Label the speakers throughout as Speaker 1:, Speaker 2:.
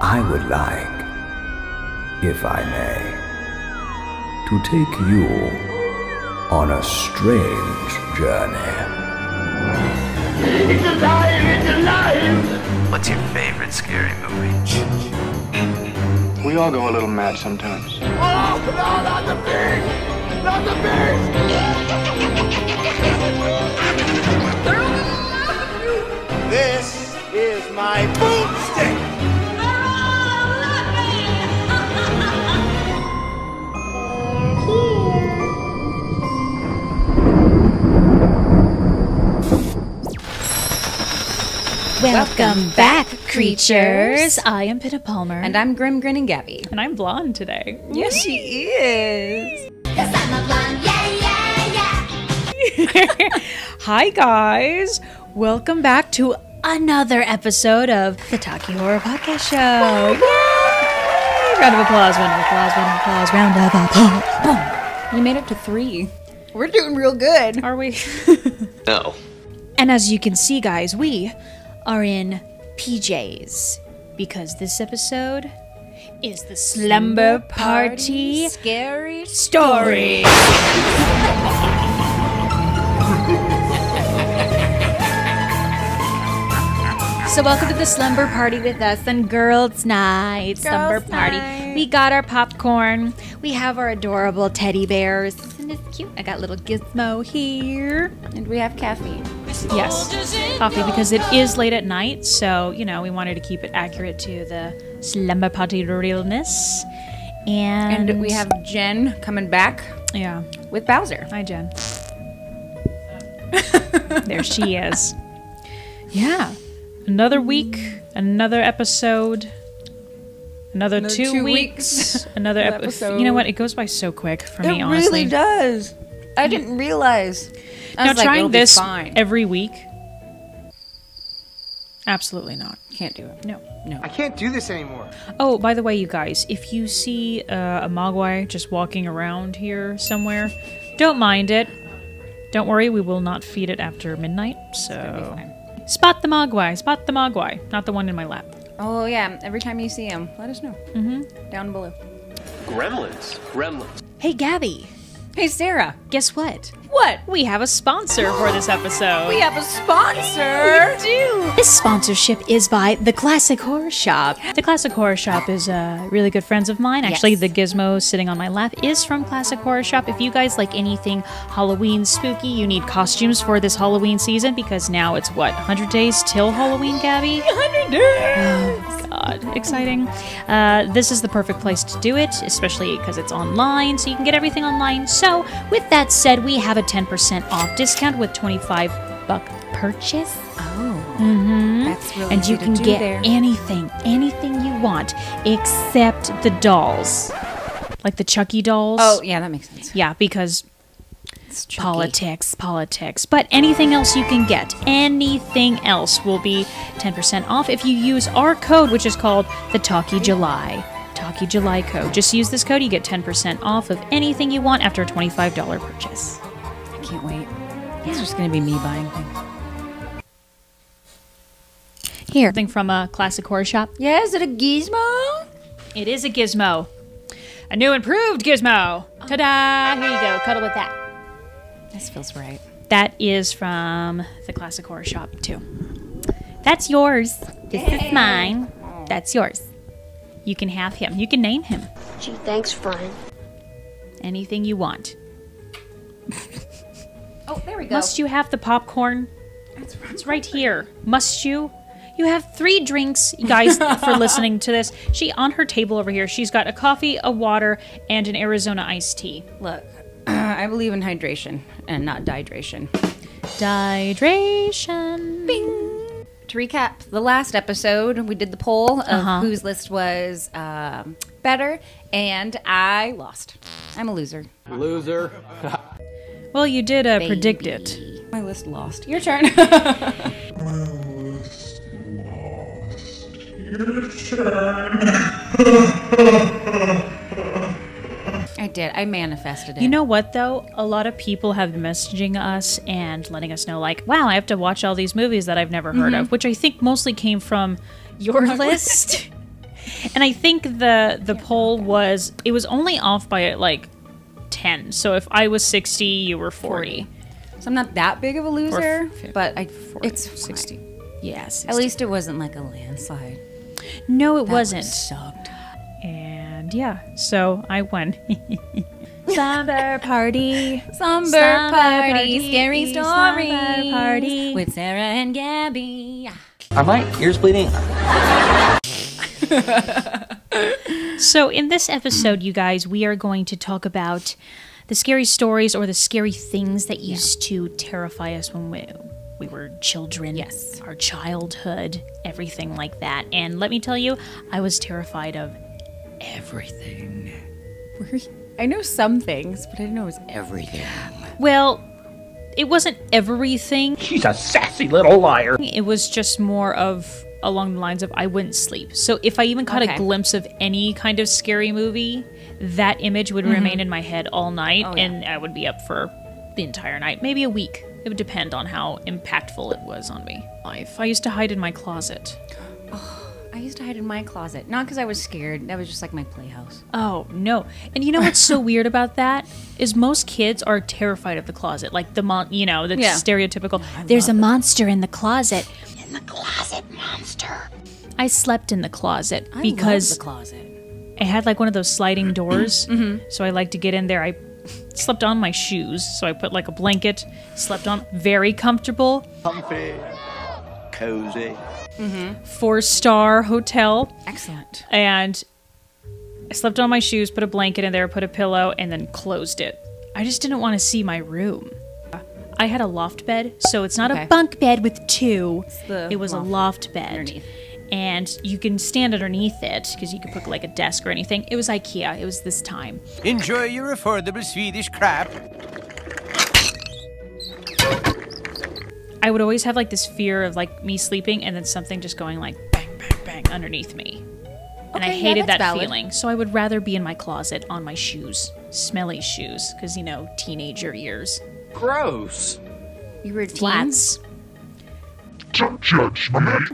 Speaker 1: I would like, if I may, to take you on a strange journey.
Speaker 2: It's alive! It's alive!
Speaker 3: What's your favorite scary movie?
Speaker 4: We all go a little mad sometimes.
Speaker 2: Oh, no, not the beast! Not the beast!
Speaker 5: This is my boomstick!
Speaker 6: Welcome back, creatures. I am Pitta Palmer.
Speaker 7: And I'm Grim Grinning Gabby.
Speaker 8: And I'm blonde today.
Speaker 7: Yes, she is.
Speaker 8: Hi, guys.
Speaker 6: Welcome back to another episode of the Taki Horror Podcast Show. Yay! Round of applause, round of applause, round of applause, round of applause.
Speaker 8: You made it to three.
Speaker 7: We're doing real good.
Speaker 8: Are we?
Speaker 3: No.
Speaker 6: And as you can see, guys, we are in PJs because this episode is the Slumber Party
Speaker 7: Scary.
Speaker 6: Story. So welcome to the slumber party with us on Girls Night Slumber Party. We got our popcorn. We have our adorable teddy bears. Isn't this cute? I got little Gizmo here.
Speaker 7: And we have caffeine.
Speaker 8: yes.
Speaker 6: Coffee because it is late at night, so you know we wanted to keep it accurate to the slumber party realness. And,
Speaker 7: And, we have Jen coming back
Speaker 8: Yeah.
Speaker 7: with Bowser.
Speaker 8: Hi, Jen. there she is. Yeah. Another week, another episode, another, two,
Speaker 7: two
Speaker 8: weeks, another
Speaker 7: Another
Speaker 8: episode. You know what? It goes by so quick for me, honestly.
Speaker 7: really does. I didn't realize. I
Speaker 8: Now
Speaker 7: was like,
Speaker 8: trying
Speaker 7: it'll be
Speaker 8: this
Speaker 7: fine.
Speaker 8: every week. Absolutely not.
Speaker 7: Can't do it.
Speaker 8: No, no.
Speaker 4: I can't do this anymore.
Speaker 8: Oh, by the way, you guys, if you see uh, a mogwai just walking around here somewhere, don't mind it. Don't worry, we will not feed it after midnight. So, spot the mogwai. Spot the mogwai, not the one in my lap.
Speaker 7: Oh yeah. Every time you see him, let us know. Mm-hmm. Down below.
Speaker 3: Gremlins. Gremlins.
Speaker 6: Hey Gabby,
Speaker 7: Hey Sarah.
Speaker 6: guess what?
Speaker 7: What?
Speaker 8: We have a sponsor for this episode.
Speaker 7: We have a sponsor. do.
Speaker 6: This sponsorship is by The Classic Horror Shop.
Speaker 8: The Classic Horror Shop is uh, really good friends of mine. Actually, the gizmo sitting on my lap is from Classic Horror Shop. If you guys like anything Halloween spooky, you need costumes for this Halloween season because now it's what, 100 days till Halloween, Gabby? 100 days! Oh, God, exciting. Uh, this is the perfect place to do it, especially because it's online, so you can get everything online. So, with that said, we have a 10% off discount with 25 buck purchase
Speaker 7: That's really
Speaker 6: And you
Speaker 7: easy to
Speaker 6: can
Speaker 7: do
Speaker 6: get
Speaker 7: there.
Speaker 6: anything, anything you want, except
Speaker 8: the dolls. Like the Chucky dolls.
Speaker 7: Oh yeah, that makes sense.
Speaker 8: Yeah, because politics, politics. But anything else you can get, anything else will be 10% off if you use our code, which is called the Talkie July. Talkie July code. Just use this code, you get 10% off of anything you want after a $25 purchase.
Speaker 7: I can't wait. It's just gonna be me buying things.
Speaker 6: here.
Speaker 8: Something from a classic horror shop.
Speaker 7: Yeah, is it a gizmo?
Speaker 8: It is a gizmo. A new improved gizmo. Ta da! Here you go, cuddle with that.
Speaker 7: Oh. This feels right.
Speaker 8: That is from the classic horror shop, too. That's yours. This is mine.
Speaker 7: Oh.
Speaker 8: That's yours. You can have him. You can name him.
Speaker 9: Gee, thanks, Brian.
Speaker 8: Anything you want.
Speaker 7: Oh, there we go.
Speaker 8: Must you have the popcorn? It's right here. Must you? You have three drinks, you guys, for listening to this. She on her table over here. She's got a coffee, a water, and an Arizona iced tea.
Speaker 7: Look, I believe in hydration and not dehydration.
Speaker 8: Dehydration.
Speaker 7: To recap the last episode, we did the poll of whose list was um, better, and I lost. I'm a loser.
Speaker 8: Well, you did uh, predict it.
Speaker 7: My list lost. Your turn. I did. I manifested it.
Speaker 8: You know what though? A lot of people have been messaging us and letting us know, like, wow, I have to watch all these movies that I've never heard of, which I think mostly came from your list. And I think the the poll was it was only off by like ten. So if I was sixty, you were forty.
Speaker 7: So I'm not that big of a loser,
Speaker 8: fif-
Speaker 7: but I
Speaker 8: 40
Speaker 7: it's fine.
Speaker 8: sixty. Yeah, 60.
Speaker 7: At least it wasn't like a landslide.
Speaker 8: no, it
Speaker 7: That
Speaker 8: wasn't.
Speaker 7: Sucked.
Speaker 8: And yeah, so I won.
Speaker 6: Slumber party.
Speaker 7: Slumber,
Speaker 6: Slumber
Speaker 7: party,
Speaker 6: party,
Speaker 7: scary
Speaker 6: slumber
Speaker 7: stories
Speaker 6: party.
Speaker 7: with Sarah and Gabby.
Speaker 9: Are my ears bleeding?
Speaker 8: So, in this episode, you guys, we are going to talk about the scary stories or the scary things that used to terrify us when we, we were children.
Speaker 7: Yes.
Speaker 8: Our childhood, everything like that. And let me tell you, I was terrified of everything.
Speaker 7: I know some things, but I didn't know it was everything.
Speaker 8: Well, it wasn't everything,
Speaker 2: She's a sassy little liar.
Speaker 8: it was just more of along the lines of I wouldn't sleep. So, if I even caught
Speaker 7: Okay.
Speaker 8: a glimpse of any kind of scary movie, that image would remain in my head all night, and I would be up for the entire night, maybe a week. It would depend on how impactful it was on me. Life. I used to hide in my closet.
Speaker 7: I used to hide in my closet, not because I was scared. That was just like my playhouse.
Speaker 8: Oh no! And you know what's so weird about that is most kids are terrified of the closet, like the mon, you know, the
Speaker 7: Yeah.
Speaker 8: stereotypical. There's a monster in the closet.
Speaker 7: In the closet, monster.
Speaker 8: I slept in the closet
Speaker 7: I
Speaker 8: because
Speaker 7: love the closet.
Speaker 8: it had like one of those sliding doors.
Speaker 7: Mm-hmm.
Speaker 8: So I like to get in there. I slept on my shoes. So I put like a blanket, slept on, very comfortable. Comfy, cozy.
Speaker 7: Mm-hmm.
Speaker 8: Four star hotel.
Speaker 7: Excellent.
Speaker 8: And I slept on my shoes, put a blanket in there, put a pillow, and then closed it. I just didn't want to see my room. I had a loft bed, so it's not
Speaker 7: Okay.
Speaker 8: a bunk bed with two.
Speaker 7: the
Speaker 8: It was a loft bed.
Speaker 7: underneath.
Speaker 8: And you can stand underneath it because you could put like a desk or anything. It was IKEA. It was this time.
Speaker 10: Enjoy your affordable Swedish crap.
Speaker 8: I would always have like this fear of like me sleeping and then something just going like bang, bang, bang underneath me. and I
Speaker 7: Okay, yeah,
Speaker 8: hated
Speaker 7: that's
Speaker 8: that
Speaker 7: valid.
Speaker 8: feeling. So I would rather be in my closet on my shoes, smelly shoes, because you know, teenager years.
Speaker 7: You were a teen?
Speaker 8: Flats.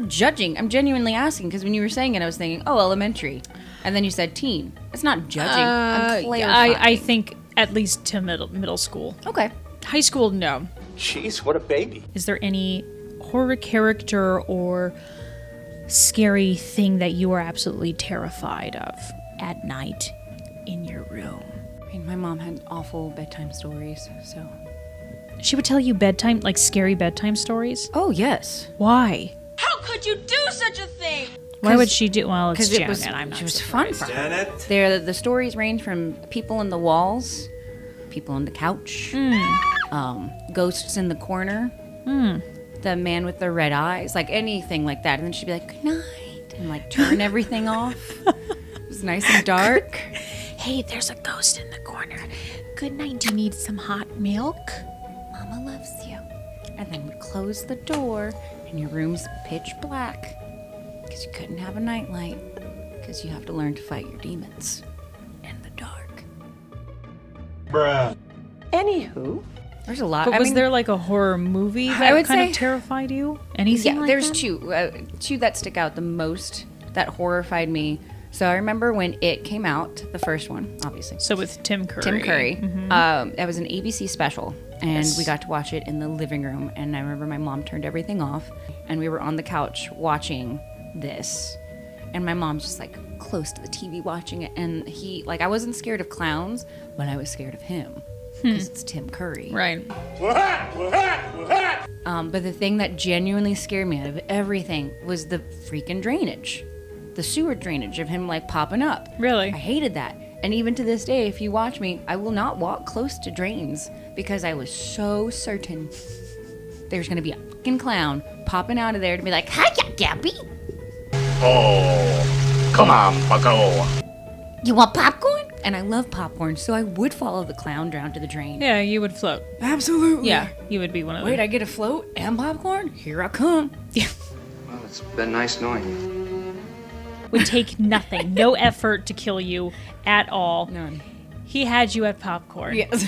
Speaker 7: Judging. I'm genuinely asking because when you were saying it, I was thinking, oh, elementary, and then you said teen. It's not judging. I'm clarifying.
Speaker 8: I, I think at least to middle middle school.
Speaker 7: okay.
Speaker 8: High school, no.
Speaker 3: Jeez, what a baby.
Speaker 8: Is there any horror character or scary thing that you are absolutely terrified of at night in your room?
Speaker 7: I mean, my mom had awful bedtime stories, so.
Speaker 8: She would tell you bedtime, like scary bedtime stories.
Speaker 7: Oh yes,
Speaker 8: Why?
Speaker 11: How could you do such a thing?
Speaker 8: Why would she do? Well, it's
Speaker 7: because it
Speaker 8: Janet.
Speaker 7: was
Speaker 8: I'm not
Speaker 7: it was
Speaker 8: sure.
Speaker 7: fun for her. There, the stories range from people in the walls, people on the couch,
Speaker 8: Hmm.
Speaker 7: um, ghosts in the corner, the man with the red eyes, like anything like that. And then she'd be like, "Good night," and like turn everything off. It was nice and dark.
Speaker 8: Hey, there's a ghost in the corner. Good night. Do you need some hot milk? Mama loves you.
Speaker 7: And then we close the door, and your room's pitch black because you couldn't have a nightlight because you have to learn to fight your demons in the dark.
Speaker 11: Anywho,
Speaker 7: There's a lot.
Speaker 8: But
Speaker 7: I
Speaker 8: was
Speaker 7: mean,
Speaker 8: there like a horror movie that
Speaker 7: would
Speaker 8: kind
Speaker 7: say-
Speaker 8: of terrified you? Anything?
Speaker 7: yeah,
Speaker 8: like
Speaker 7: there's
Speaker 8: that?
Speaker 7: two uh, two that stick out the most that horrified me. So I remember when it came out, the first one, obviously.
Speaker 8: So with Tim Curry.
Speaker 7: Tim Curry. Um, that was an ABC special, and we got to watch it in the living room. And I remember my mom turned everything off, and we were on the couch watching this. And my mom's just like close to the TV watching it. And he, like, I wasn't scared of clowns, but I was scared of him because it's Tim Curry.
Speaker 8: Right.
Speaker 7: Um, but the thing that genuinely scared me out of everything was the freaking drainage, the sewer drainage of him like popping up.
Speaker 8: Really?
Speaker 7: I hated that. And even to this day, if you watch me, I will not walk close to drains because I was so certain there's gonna be a fucking clown popping out of there to be like, "Hiya, Gabby,
Speaker 2: Oh, Come on, bucko.
Speaker 7: you want popcorn?" And I love popcorn, so I would follow the clown down to the drain.
Speaker 8: Yeah, you would float.
Speaker 7: Absolutely.
Speaker 8: Yeah, you would be one of
Speaker 7: Wait,
Speaker 8: them.
Speaker 7: I get a float and popcorn. Here I come.
Speaker 4: Well, it's been nice knowing you.
Speaker 8: Would take nothing, no effort to kill you at all.
Speaker 7: None.
Speaker 8: He had you at popcorn.
Speaker 7: Yes.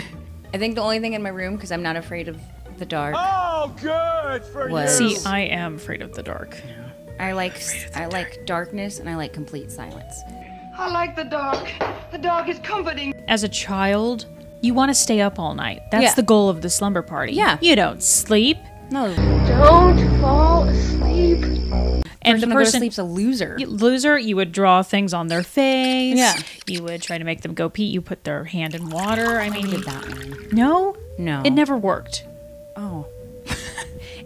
Speaker 7: I think the only thing in my room, because I'm not afraid of the dark,
Speaker 2: Oh, good for
Speaker 7: was
Speaker 8: See, I am afraid of the dark.
Speaker 7: I like I like darkness and I like complete silence.
Speaker 9: I like the dog. The dog is comforting.
Speaker 8: As a child, you want to stay up all night. That's
Speaker 7: Yeah.
Speaker 8: the goal of the slumber party.
Speaker 7: Yeah.
Speaker 8: You don't sleep.
Speaker 7: No.
Speaker 12: Don't fall asleep.
Speaker 8: And the
Speaker 7: Person that goes to
Speaker 8: person
Speaker 7: sleep's a loser.
Speaker 8: You- loser, you would draw things on their face.
Speaker 7: Yeah.
Speaker 8: You would try to make them go pee. You put their hand in water. I mean,
Speaker 7: did that one.
Speaker 8: No,
Speaker 7: No.
Speaker 8: it never worked.
Speaker 7: Oh.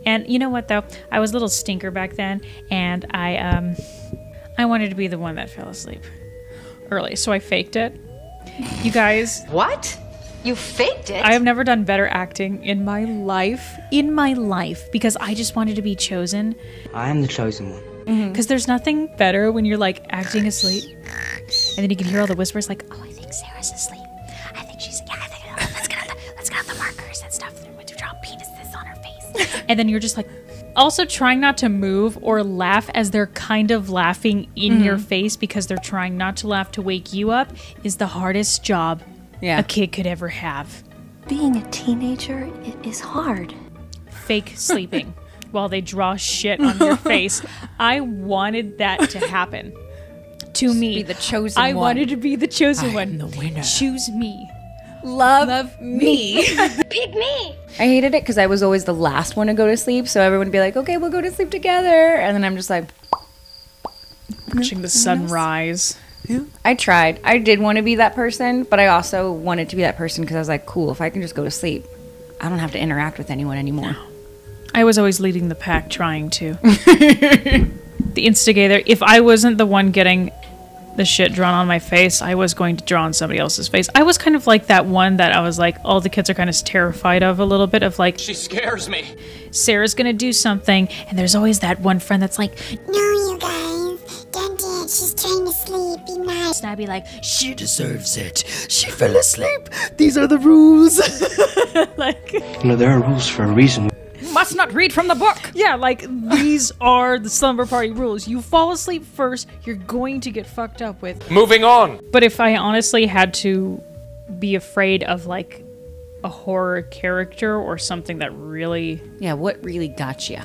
Speaker 8: And you know what though? I was a little stinker back then, and I um, I wanted to be the one that fell asleep early, so I faked it. You guys,
Speaker 11: What? You faked it?
Speaker 8: I have never done better acting in my life, in my life, because I just wanted to be chosen.
Speaker 13: I am the chosen one.
Speaker 8: Because there's nothing better when you're like acting asleep, and then you can hear all the whispers, like, "Oh, I think Sarah's asleep. I think she's yeah. I think let's get out the let's get out the markers and stuff. We're to draw penises on her face." and then you're just like, also trying not to move or laugh as they're kind of laughing in
Speaker 7: Mhm.
Speaker 8: your face because they're trying not to laugh to wake you up is the hardest job
Speaker 7: Yeah.
Speaker 8: a kid could ever have.
Speaker 12: Being a teenager it is hard.
Speaker 8: Fake sleeping while they draw shit on your face. I wanted that to happen. To me,
Speaker 7: be the chosen
Speaker 8: I
Speaker 7: one.
Speaker 8: wanted to be the chosen one.
Speaker 7: the winner.
Speaker 8: Choose me.
Speaker 7: Love, me.
Speaker 12: Pick me.
Speaker 7: I hated it because I was always the last one to go to sleep, so everyone would be like, "Okay, we'll go to sleep together," and then I'm just like,
Speaker 8: watching the sunrise.
Speaker 7: I tried. I did want to be that person, but I also wanted to be that person because I was like, "Cool, if I can just go to sleep, I don't have to interact with anyone anymore."
Speaker 8: I was always leading the pack, trying to. the instigator. If I wasn't the one getting the shit drawn on my face, I was going to draw on somebody else's face. I was kind of like that one that I was like, all the kids are kind of terrified of a little bit of like,
Speaker 10: She scares me.
Speaker 8: Sarah's gonna do something, and there's always that one friend that's like,
Speaker 14: No, you guys. Don't do it. She's trying to sleep. Be nice.
Speaker 8: And I'd be like, she
Speaker 14: deserves it.
Speaker 8: She
Speaker 14: fell asleep.
Speaker 8: These are the rules.
Speaker 13: You know, there are rules for a reason.
Speaker 8: must not read from the book. Yeah, like these are the slumber party rules. You fall asleep first, you're going to get fucked up with.
Speaker 10: Moving on.
Speaker 8: But if I honestly had to be afraid of like a horror character or something that really
Speaker 7: Yeah, what really got you?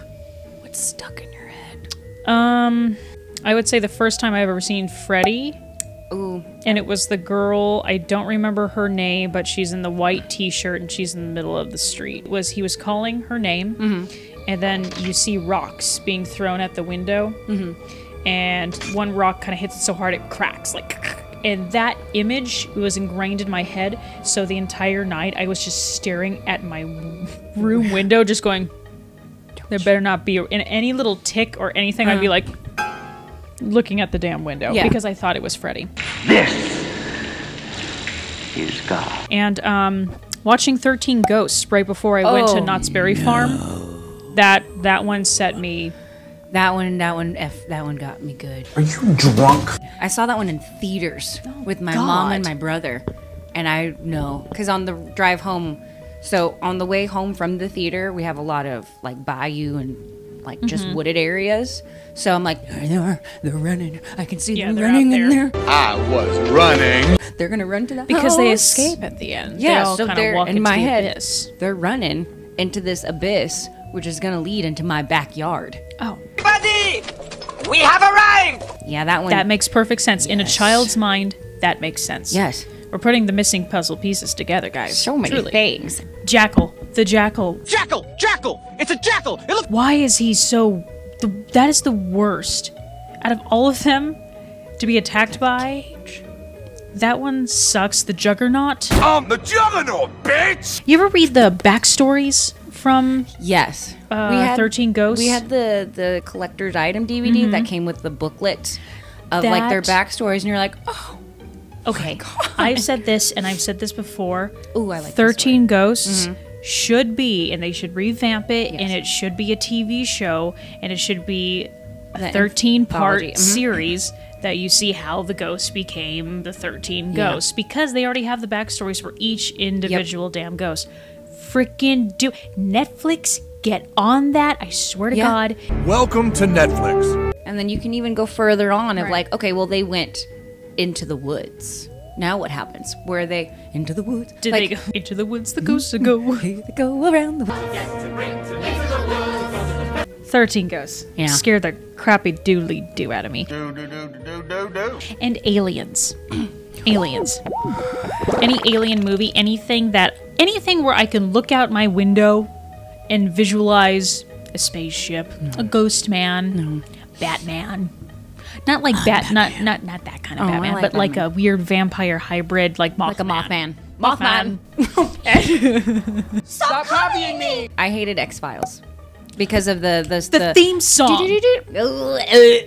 Speaker 7: What's stuck in your head?
Speaker 8: Um, I would say the first time I've ever seen Freddy.
Speaker 7: Ooh.
Speaker 8: And it was the girl, I don't remember her name, but she's in the white t shirt and she's in the middle of the street. Was he was calling her name and then you see rocks being thrown at the window. And one rock kind of hits it so hard it cracks, like and that image was ingrained in my head, so the entire night I was just staring at my room window, just going, there better not be in any little tick or anything. I'd be like looking at the damn window
Speaker 7: Uh-huh. Yeah.
Speaker 8: because I thought it was Freddy.
Speaker 13: Is God.
Speaker 8: And um, watching Thirteen Ghosts right before I went
Speaker 7: Oh,
Speaker 8: to Knott's Berry Farm, that that one set me.
Speaker 7: That one, that one, f that one got me good.
Speaker 13: Are you drunk?
Speaker 7: I saw that one in theaters
Speaker 8: Oh
Speaker 7: with my mom and
Speaker 13: God.
Speaker 7: my brother. And I know, because on the drive home, so on the way home from the theater, we have a lot of like bayou and like just
Speaker 8: Mm-hmm.
Speaker 13: Mhm.
Speaker 7: wooded areas. So I'm like, there they are. They're running. I can see them
Speaker 13: they're out
Speaker 7: running in
Speaker 13: there."
Speaker 7: there.
Speaker 13: I was running.
Speaker 7: They're going to run to that
Speaker 8: Because they
Speaker 7: house.
Speaker 8: escape at the end. They
Speaker 7: Yeah,
Speaker 8: all
Speaker 7: so
Speaker 8: kinda
Speaker 7: they're
Speaker 8: walk
Speaker 7: in
Speaker 8: into
Speaker 7: my
Speaker 8: the
Speaker 7: head.
Speaker 8: abyss.
Speaker 7: They're running into this abyss, which is going to lead into my backyard.
Speaker 8: Oh.
Speaker 2: Buddy! We have arrived!
Speaker 7: Yeah, that one.
Speaker 8: That makes perfect sense in a child's mind. That makes sense.
Speaker 7: Yes.
Speaker 8: We're putting the missing puzzle pieces together, guys.
Speaker 7: So many
Speaker 8: Truly.
Speaker 7: things.
Speaker 8: Jackal, the jackal.
Speaker 10: Jackal! Jackal! It's a jackal! It looks.
Speaker 8: Why is he so? The, that is the worst out of all of them to be attacked by. That one sucks. The Juggernaut.
Speaker 2: I'm the juggernaut, bitch!
Speaker 8: You ever read the backstories from?
Speaker 7: Yes.
Speaker 8: Uh, Thirteen Ghosts.
Speaker 7: We had the the collector's item DVD that came with the booklet of like their
Speaker 8: Mm-hmm. That-
Speaker 7: backstories, and you're like, oh,
Speaker 8: Okay, I've said this and I've said this before.
Speaker 7: Ooh, I like this Mm-hmm.
Speaker 8: Thirteen Ghosts should be, and they should revamp it, and it should be a TV show, and it should be
Speaker 7: The
Speaker 8: a thirteen part
Speaker 7: anthology, mhm.
Speaker 8: series that you see how the ghosts became the thirteen
Speaker 7: Yeah.
Speaker 8: ghosts because they already have the backstories for each individual damn ghost. Freaking do Netflix get on that? I swear to
Speaker 7: Yeah.
Speaker 8: God.
Speaker 15: Welcome to Netflix.
Speaker 7: and then you can even go further on of
Speaker 8: Right.
Speaker 7: like, okay, well they went into the woods. Now what happens? Where are they into the woods?
Speaker 8: Did
Speaker 7: like,
Speaker 8: they go into the woods? The ghosts go.
Speaker 7: they go around the
Speaker 8: 13 Ghosts.
Speaker 7: Yeah.
Speaker 8: Scared the crappy doodly doo out of me. And aliens. aliens. Any alien movie, anything that, anything where I can look out my window and visualize a spaceship, a ghost man, Batman. Not like bat, not not not that kind of
Speaker 7: Oh, I
Speaker 8: Batman,
Speaker 7: like
Speaker 8: but like a
Speaker 7: Batman.
Speaker 8: weird vampire hybrid, like Mothman.
Speaker 7: Like a Mothman.
Speaker 8: Mothman.
Speaker 7: Stop copying me! I hated X Files because of the the,
Speaker 8: The theme song.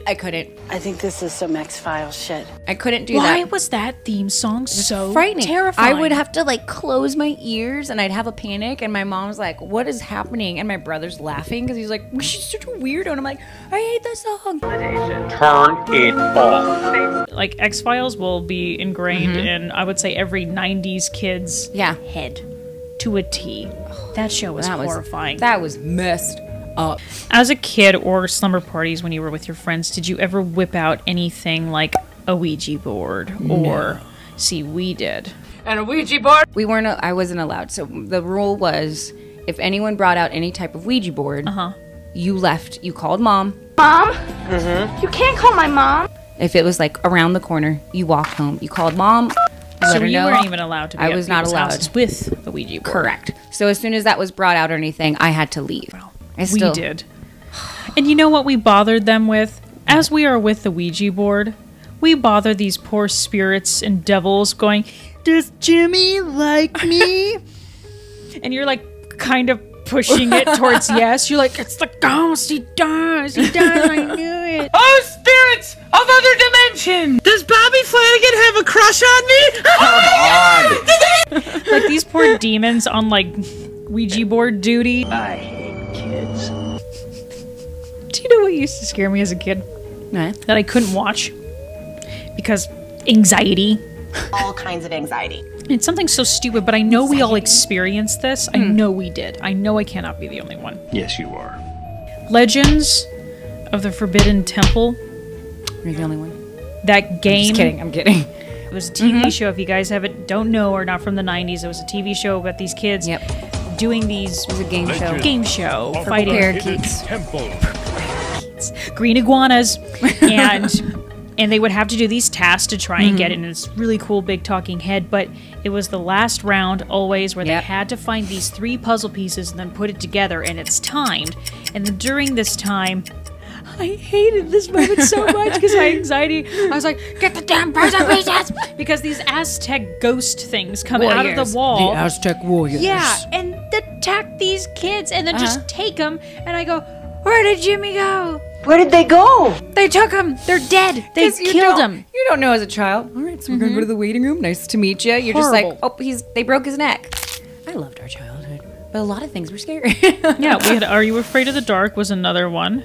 Speaker 7: I couldn't.
Speaker 16: I think this is some X File shit.
Speaker 7: I couldn't do
Speaker 8: Why
Speaker 7: that.
Speaker 8: was that theme song so
Speaker 7: frightening.
Speaker 8: Terrifying.
Speaker 7: I would have to like close my ears and I'd have a panic and my mom's like, "What is happening?" and my brother's laughing because he's like, "She's such a weirdo," and I'm like, "I hate that song."
Speaker 8: Turn it off. Like X Files will be ingrained
Speaker 7: Mhm.
Speaker 8: in, I would say, every '90s kid's
Speaker 7: Yeah.
Speaker 8: head to a T. That show was
Speaker 7: That was-
Speaker 8: horrifying.
Speaker 7: that was messed up.
Speaker 8: As a kid or slumber parties when you were with your friends, did you ever whip out anything like a Ouija board or? See, we did.
Speaker 7: and a Ouija board. We weren't. I wasn't allowed. So the rule was, if anyone brought out any type of Ouija board,
Speaker 8: Uh-huh.
Speaker 7: you left. You called mom.
Speaker 12: Mom? Mm-hmm. You can't call my mom.
Speaker 7: If it was like around the corner, you walked home. You called mom.
Speaker 8: So
Speaker 7: let her
Speaker 8: you
Speaker 7: know.
Speaker 8: weren't even allowed to be
Speaker 7: I
Speaker 8: at
Speaker 7: was not
Speaker 8: people's
Speaker 7: allowed
Speaker 8: houses with a Ouija board.
Speaker 7: Correct. So as soon as that was brought out or anything, I had to leave. I still,
Speaker 8: we did. And you know what we bothered them with? As we are with the Ouija board, we bother these poor spirits and devils going, Does Jimmy like me? and you're like kind of pushing it towards yes. You're like, It's the ghost. He does. He does. I knew it.
Speaker 17: Oh, spirits of other dimension! Does Bobby Flanagan have a crush on me? Oh
Speaker 8: like these poor demons on like Ouija board duty.
Speaker 16: I hate kids.
Speaker 8: Do you know what used to scare me as a kid? That I couldn't watch because anxiety.
Speaker 18: all kinds of anxiety.
Speaker 8: It's something so stupid, but I know we all experienced this. I know we did. I know I cannot be the only one.
Speaker 13: Yes, you are.
Speaker 8: Legends of the Forbidden Temple.
Speaker 7: You're the only one.
Speaker 8: That game.
Speaker 7: kidding, I'm kidding.
Speaker 8: It was a TV show. If you guys have it, don't know or not from the '90s, it was a TV show about these kids doing these. It was a game
Speaker 7: show.
Speaker 8: Game show.
Speaker 7: Purple
Speaker 8: Fighting
Speaker 7: parakeets.
Speaker 8: green iguanas and and they would have to do these tasks to try and get
Speaker 7: Mm-hmm.
Speaker 8: in this really cool big talking head but it was the last round always where they had to find these three puzzle pieces and then put it together and it's timed and then during this time I hated this moment so much because my anxiety. I was like, "Get the damn puzzle pieces!" Because these Aztec ghost things come out of the wall.
Speaker 7: Aztec warriors. Uh-huh.
Speaker 8: Yeah, and attack these kids and then just take them. And I go, where did Jimmy go? Where did they go? They took him. They're dead. They
Speaker 7: 'Cause you
Speaker 8: killed
Speaker 7: don't-
Speaker 8: him.
Speaker 7: You don't know as a child. All right, so we're gonna go to the waiting room. Nice to meet you. You're just like, oh, he's they broke his neck. I loved our childhood, but a lot of things were scary.
Speaker 8: yeah, we had Are You Afraid of the Dark was another one.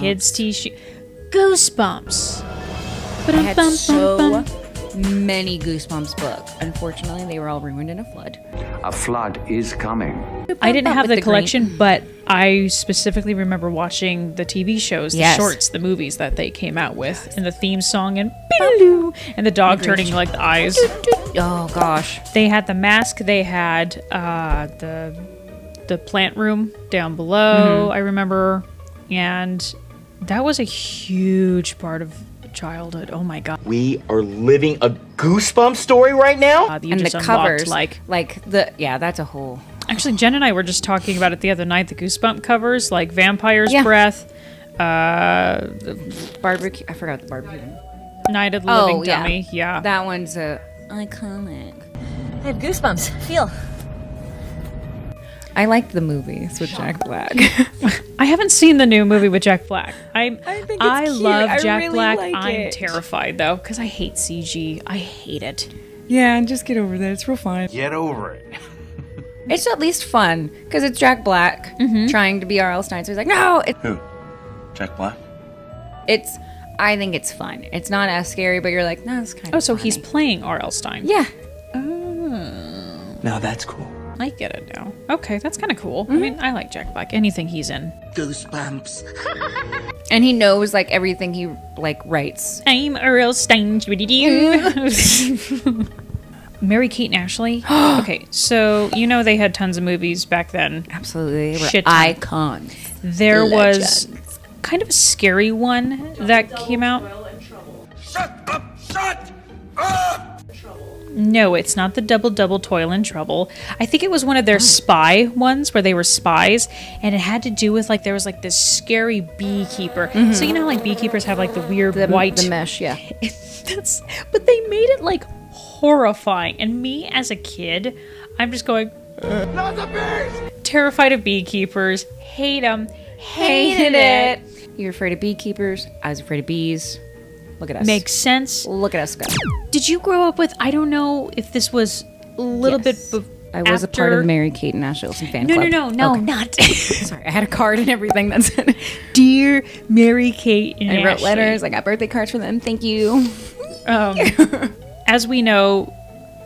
Speaker 8: Kids t shirt. Goosebumps.
Speaker 7: I had so many Goosebumps books. Unfortunately, they were all ruined in a flood.
Speaker 1: A flood is coming.
Speaker 8: I didn't have
Speaker 7: With
Speaker 8: the,
Speaker 7: the green-
Speaker 8: collection, but I specifically remember watching the TV shows, the
Speaker 7: Yes.
Speaker 8: shorts, the movies that they came out with, and the theme song and Beedaloo, and the dog
Speaker 7: Agreed.
Speaker 8: turning like the eyes.
Speaker 7: Oh gosh.
Speaker 8: They had the mask. They had uh, the the plant room down below.
Speaker 7: Mhm.
Speaker 8: I remember, and that was a huge part of childhood. Oh my god.
Speaker 19: We are living a goosebump story right now.
Speaker 8: Uh, you And the just unlocked, covers, like-
Speaker 7: like the yeah, that's a whole.
Speaker 8: Actually, Jen and I were just talking about it the other night. The goosebump covers, like Vampire's Breath, uh,
Speaker 7: barbecue. I forgot the barbecue.
Speaker 8: Night of the Living Dummy. Oh, Yeah.
Speaker 7: That one's a iconic.
Speaker 11: I have goosebumps. Feel.
Speaker 7: I liked the movies with Jack Black.
Speaker 8: I haven't seen the new movie with Jack Black. I'm, I,
Speaker 7: think it's cute.
Speaker 8: love
Speaker 7: I
Speaker 8: Jack
Speaker 7: really
Speaker 8: Black.
Speaker 7: like
Speaker 8: I'm
Speaker 7: it.
Speaker 8: terrified though because I hate CG. I hate it.
Speaker 7: yeah, and just get over that. It's real fun.
Speaker 19: Get over it.
Speaker 7: It's at least fun because it's Jack Black
Speaker 8: Mm-hmm.
Speaker 7: trying to be R.L. Stein. So he's like, no, it,
Speaker 19: Who? Jack Black?
Speaker 7: it's. I think it's fun. It's not as scary, but you're like, no, it's kind of.
Speaker 8: Oh, so he's playing R.L. Stein.
Speaker 7: Yeah.
Speaker 19: Now that's cool.
Speaker 8: I get it now. Okay, that's kind of cool.
Speaker 7: Mm-hmm.
Speaker 8: I mean, I like Jack Black. Anything he's in. Goosebumps.
Speaker 7: And he knows like everything he like writes.
Speaker 8: I'm Earl Stein. Mary Kate and Ashley. okay, so you know they had tons of movies back then.
Speaker 7: Absolutely, they were
Speaker 8: Shit ton.
Speaker 7: icons.
Speaker 8: There was kind of a scary one that came out. No, it's not the double double toil and trouble. I think it was one of their spy ones where they were spies, and it had to do with like there was like this scary beekeeper.
Speaker 7: Mhm.
Speaker 8: So you know, how, like beekeepers have like the weird white
Speaker 7: the mesh, yeah.
Speaker 8: That's, but they made it like horrifying, and me as a kid, I'm just going
Speaker 2: Not the birds!
Speaker 8: terrified of beekeepers, hate them, hated
Speaker 7: Hated
Speaker 8: it.
Speaker 7: it. You're afraid of beekeepers. I was afraid of bees. Look at us.
Speaker 8: Makes sense.
Speaker 7: Look at us go.
Speaker 8: Did you grow up with? I don't know if this was a little bit. Be-
Speaker 7: I was a part
Speaker 8: after-
Speaker 7: of Mary Kate and Ash Olsen fan
Speaker 8: No,
Speaker 7: club.
Speaker 8: no, no, no,
Speaker 7: Okay.
Speaker 8: not.
Speaker 7: Sorry, I had a card and everything that said.
Speaker 8: Dear Mary Kate and
Speaker 7: I wrote
Speaker 8: Ashley.
Speaker 7: letters. I got birthday cards from them. Thank you.
Speaker 8: Um, as we know,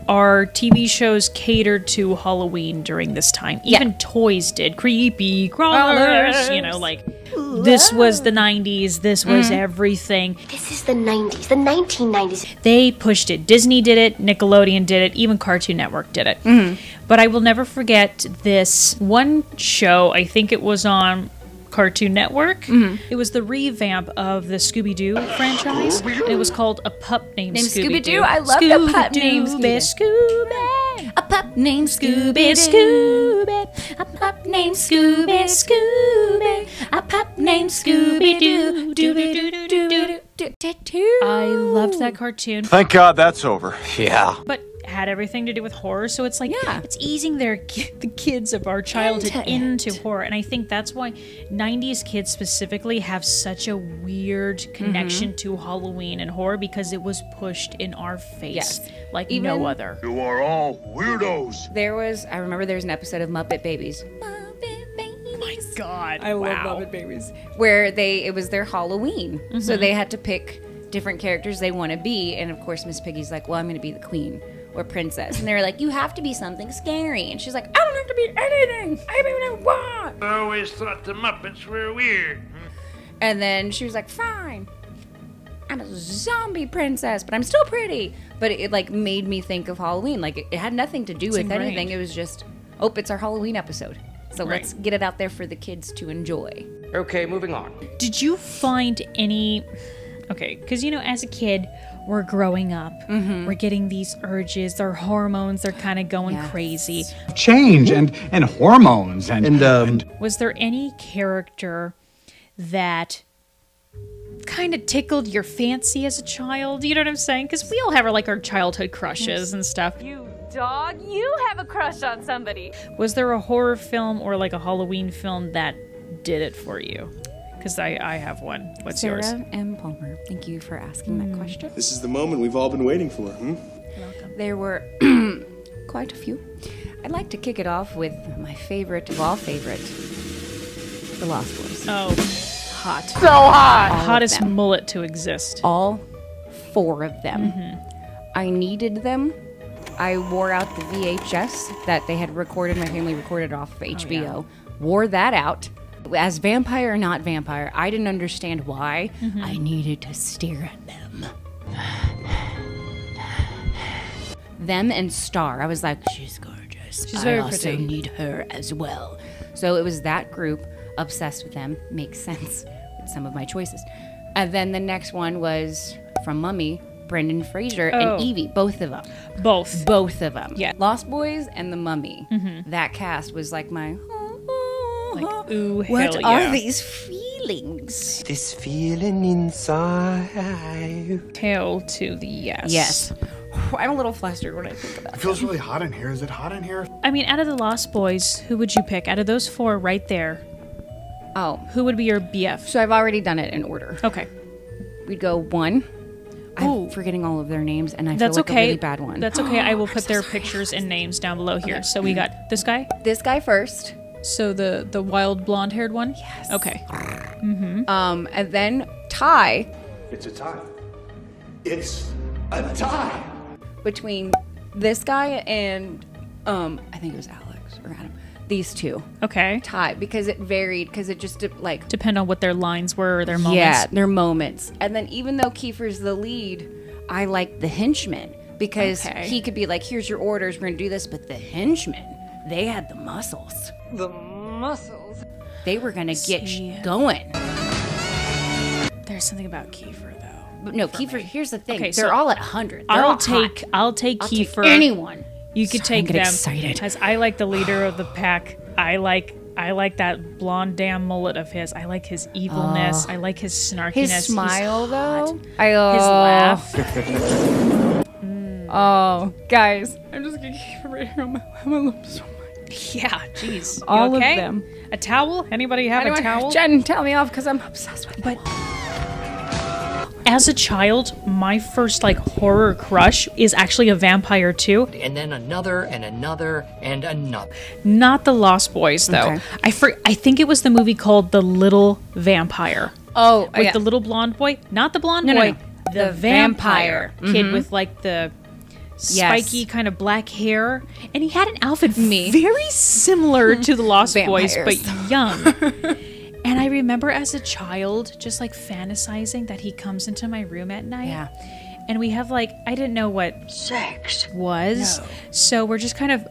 Speaker 8: our TV shows catered to Halloween during this time. Even toys did. Creepy crawlers, you know, like this was the 90s, this was
Speaker 12: Mhm.
Speaker 8: everything.
Speaker 12: This is the 90s, the 1990s.
Speaker 8: They pushed it. Disney did it, Nickelodeon did it, even Cartoon Network did it.
Speaker 7: Mm-hmm.
Speaker 12: Mhm.
Speaker 8: But I will never forget this one show, I think it was on Cartoon Network.
Speaker 7: Mm-hmm.
Speaker 8: It was the revamp of the Scooby Doo franchise. and It was called A Pup Named,
Speaker 7: Named
Speaker 8: Scooby
Speaker 7: Scooby-Doo.
Speaker 8: Doo.
Speaker 7: I love the pup named
Speaker 8: Scooby.
Speaker 7: A pup named
Speaker 8: Scooby
Speaker 7: Scooby. A pup named Scooby Scooby. A pup named Scooby Doo. Dooby doo doo doo doo doo doo.
Speaker 8: I loved that cartoon.
Speaker 15: Thank God that's over. Yeah.
Speaker 8: But had everything to do with horror, so it's like it's easing their ki- the kids of our childhood
Speaker 7: Into it.
Speaker 8: into horror, and I think that's why '90s kids specifically have such a weird
Speaker 7: Mm-hmm.
Speaker 8: connection to Halloween and horror because it was pushed in our face
Speaker 7: Yes.
Speaker 8: like
Speaker 7: Even-
Speaker 8: no other.
Speaker 7: You are all weirdos. There was, I remember there was an episode of Muppet Babies.
Speaker 8: My God,
Speaker 7: I
Speaker 8: wow.
Speaker 7: love Muppet Babies. Where they, it was their Halloween. So
Speaker 8: Mhm.
Speaker 7: they had to pick different characters they want to be. And of course, Miss Piggy's like, well, I'm going to be the queen or princess. And they're like, you have to be something scary. And she's like, I don't have to be anything. I mean, I want.
Speaker 20: I always thought the Muppets were weird.
Speaker 7: And then she was like, fine. I'm a zombie princess, but I'm still pretty. But it, it, like made me think of Halloween. Like it, it had nothing to do
Speaker 8: It's
Speaker 7: with
Speaker 8: ingrained.
Speaker 7: anything. It was just, oh, it's our Halloween episode. So
Speaker 8: Right.
Speaker 7: let's get it out there for the kids to enjoy.
Speaker 3: Okay, moving on.
Speaker 8: Did you find any? Okay, because you know, as a kid, we're growing up.
Speaker 7: Mm-hmm.
Speaker 8: We're getting these urges. Our hormones are kind of going crazy.
Speaker 21: Change and, and hormones and. And, um.
Speaker 8: Was there any character that kind of tickled your fancy as a child? You know what I'm saying? Because we all have our like our childhood crushes and stuff.
Speaker 22: Dog, you have a crush on somebody.
Speaker 8: Was there a horror film or like a Halloween film that did it for you? Because I, I have one. What's
Speaker 7: Sarah
Speaker 8: yours?
Speaker 7: M. Palmer, thank you for asking that question.
Speaker 23: This is the moment we've all been waiting for, hmm?
Speaker 7: There were quite a few. I'd like to kick it off with my favorite of all favorite, The Lost Boys.
Speaker 8: Oh,
Speaker 7: hot,
Speaker 8: So hot.
Speaker 7: All of
Speaker 8: Hottest
Speaker 7: them.
Speaker 8: mullet to exist.
Speaker 7: All four of them. I needed them. I wore out the VHS that they had recorded. My family recorded off of
Speaker 8: Oh,
Speaker 7: HBO. Wore that out. As vampire or not vampire, I didn't understand why.
Speaker 8: Mm-hmm.
Speaker 7: I needed to stare at them. them and Star. I was like, she's gorgeous.
Speaker 8: She's
Speaker 7: I
Speaker 8: very
Speaker 7: also
Speaker 8: pretty."
Speaker 7: need her as well. So it was that group obsessed with them. Makes sense with some of my choices. And then the next one was from Mummy, Brendan Fraser
Speaker 8: Oh.
Speaker 7: and Evie, both of them.
Speaker 8: Both.
Speaker 7: Both of them. Yeah. Lost Boys and The Mummy. That cast was like my.
Speaker 8: Mm-hmm. Like, ooh,
Speaker 7: What
Speaker 8: hell
Speaker 7: are
Speaker 8: yeah.
Speaker 7: these feelings?
Speaker 23: This feeling inside.
Speaker 8: Hell to the yes.
Speaker 7: Yes. I'm a little flustered when I think about
Speaker 15: It feels really hot in here. Is it hot in here?
Speaker 8: I mean, out of the Lost Boys, who would you pick? Out of those four right there.
Speaker 7: Oh.
Speaker 8: Who would be your BF? So
Speaker 7: I've already done it in order.
Speaker 8: Okay.
Speaker 7: We'd go one. I'm forgetting all of their names, and I
Speaker 8: That's
Speaker 7: feel like
Speaker 8: okay.
Speaker 7: a really bad one.
Speaker 8: That's okay. I will put their pictures and names down below here. So we got this guy.
Speaker 7: This guy first.
Speaker 8: So the the wild blonde haired one. Yes. Okay.
Speaker 7: Mm-hmm. Um, and then tie
Speaker 23: It's a tie. It's a tie.
Speaker 7: between this guy and um, I think it was Alex or Adam. These two.
Speaker 8: Okay.
Speaker 7: Tie because it varied because it just de- like
Speaker 8: Depend on what their lines were or their moments.
Speaker 7: Yeah, their moments. And then even though Kiefer's the lead, I like the henchman because
Speaker 4: Okay.
Speaker 7: he could be like, "Here's your orders. We're gonna do this." But the henchmen, they had the muscles. The muscles. They were gonna get sh going.
Speaker 4: There's something about Kiefer though.
Speaker 7: But no, Kiefer. Here's the thing.
Speaker 4: Okay,
Speaker 7: They're
Speaker 4: so
Speaker 7: all at hundred.
Speaker 4: I'll
Speaker 8: take-
Speaker 7: uh,
Speaker 8: I'll take Kiefer.
Speaker 7: anyone.
Speaker 8: You could
Speaker 7: Sorry, I'm
Speaker 8: take
Speaker 7: getting
Speaker 8: them
Speaker 7: excited.
Speaker 8: as I like the leader of the pack. I like I like that blonde damn mullet of his. I like his evilness.
Speaker 7: Oh.
Speaker 8: I like his snarkiness.
Speaker 7: His
Speaker 8: He's
Speaker 7: smile,
Speaker 8: hot.
Speaker 7: though. I
Speaker 8: his laugh.
Speaker 7: Oh, guys, I'm just gonna keep it right here on my, on my lips.
Speaker 8: Yeah, jeez. You
Speaker 7: All of
Speaker 8: okay?
Speaker 7: them.
Speaker 8: A towel? Anybody have
Speaker 7: Anyone-
Speaker 8: a towel?
Speaker 7: Jen, tell me off because I'm obsessed with. But
Speaker 8: As a child, my first like horror crush is actually a vampire too.
Speaker 5: And then another, and another, and another.
Speaker 8: Not the Lost Boys though.
Speaker 5: Okay.
Speaker 8: I fr- I think it was the movie called The Little Vampire.
Speaker 7: Oh,
Speaker 8: with
Speaker 7: yeah.
Speaker 8: the little blonde boy, not the blonde
Speaker 7: No, no,
Speaker 8: boy,
Speaker 7: no.
Speaker 8: the,
Speaker 7: The
Speaker 8: vampire,
Speaker 7: vampire.
Speaker 8: kid
Speaker 7: Mhm.
Speaker 8: with like the
Speaker 7: Yes.
Speaker 8: spiky kind of black hair, and he had an outfit Me. very similar to the Lost Boys,
Speaker 7: Vampires.
Speaker 8: but young. and I remember as a child just like fantasizing that he comes into my room at night. Yeah. And we have like I didn't know what sex was, so we're just kind of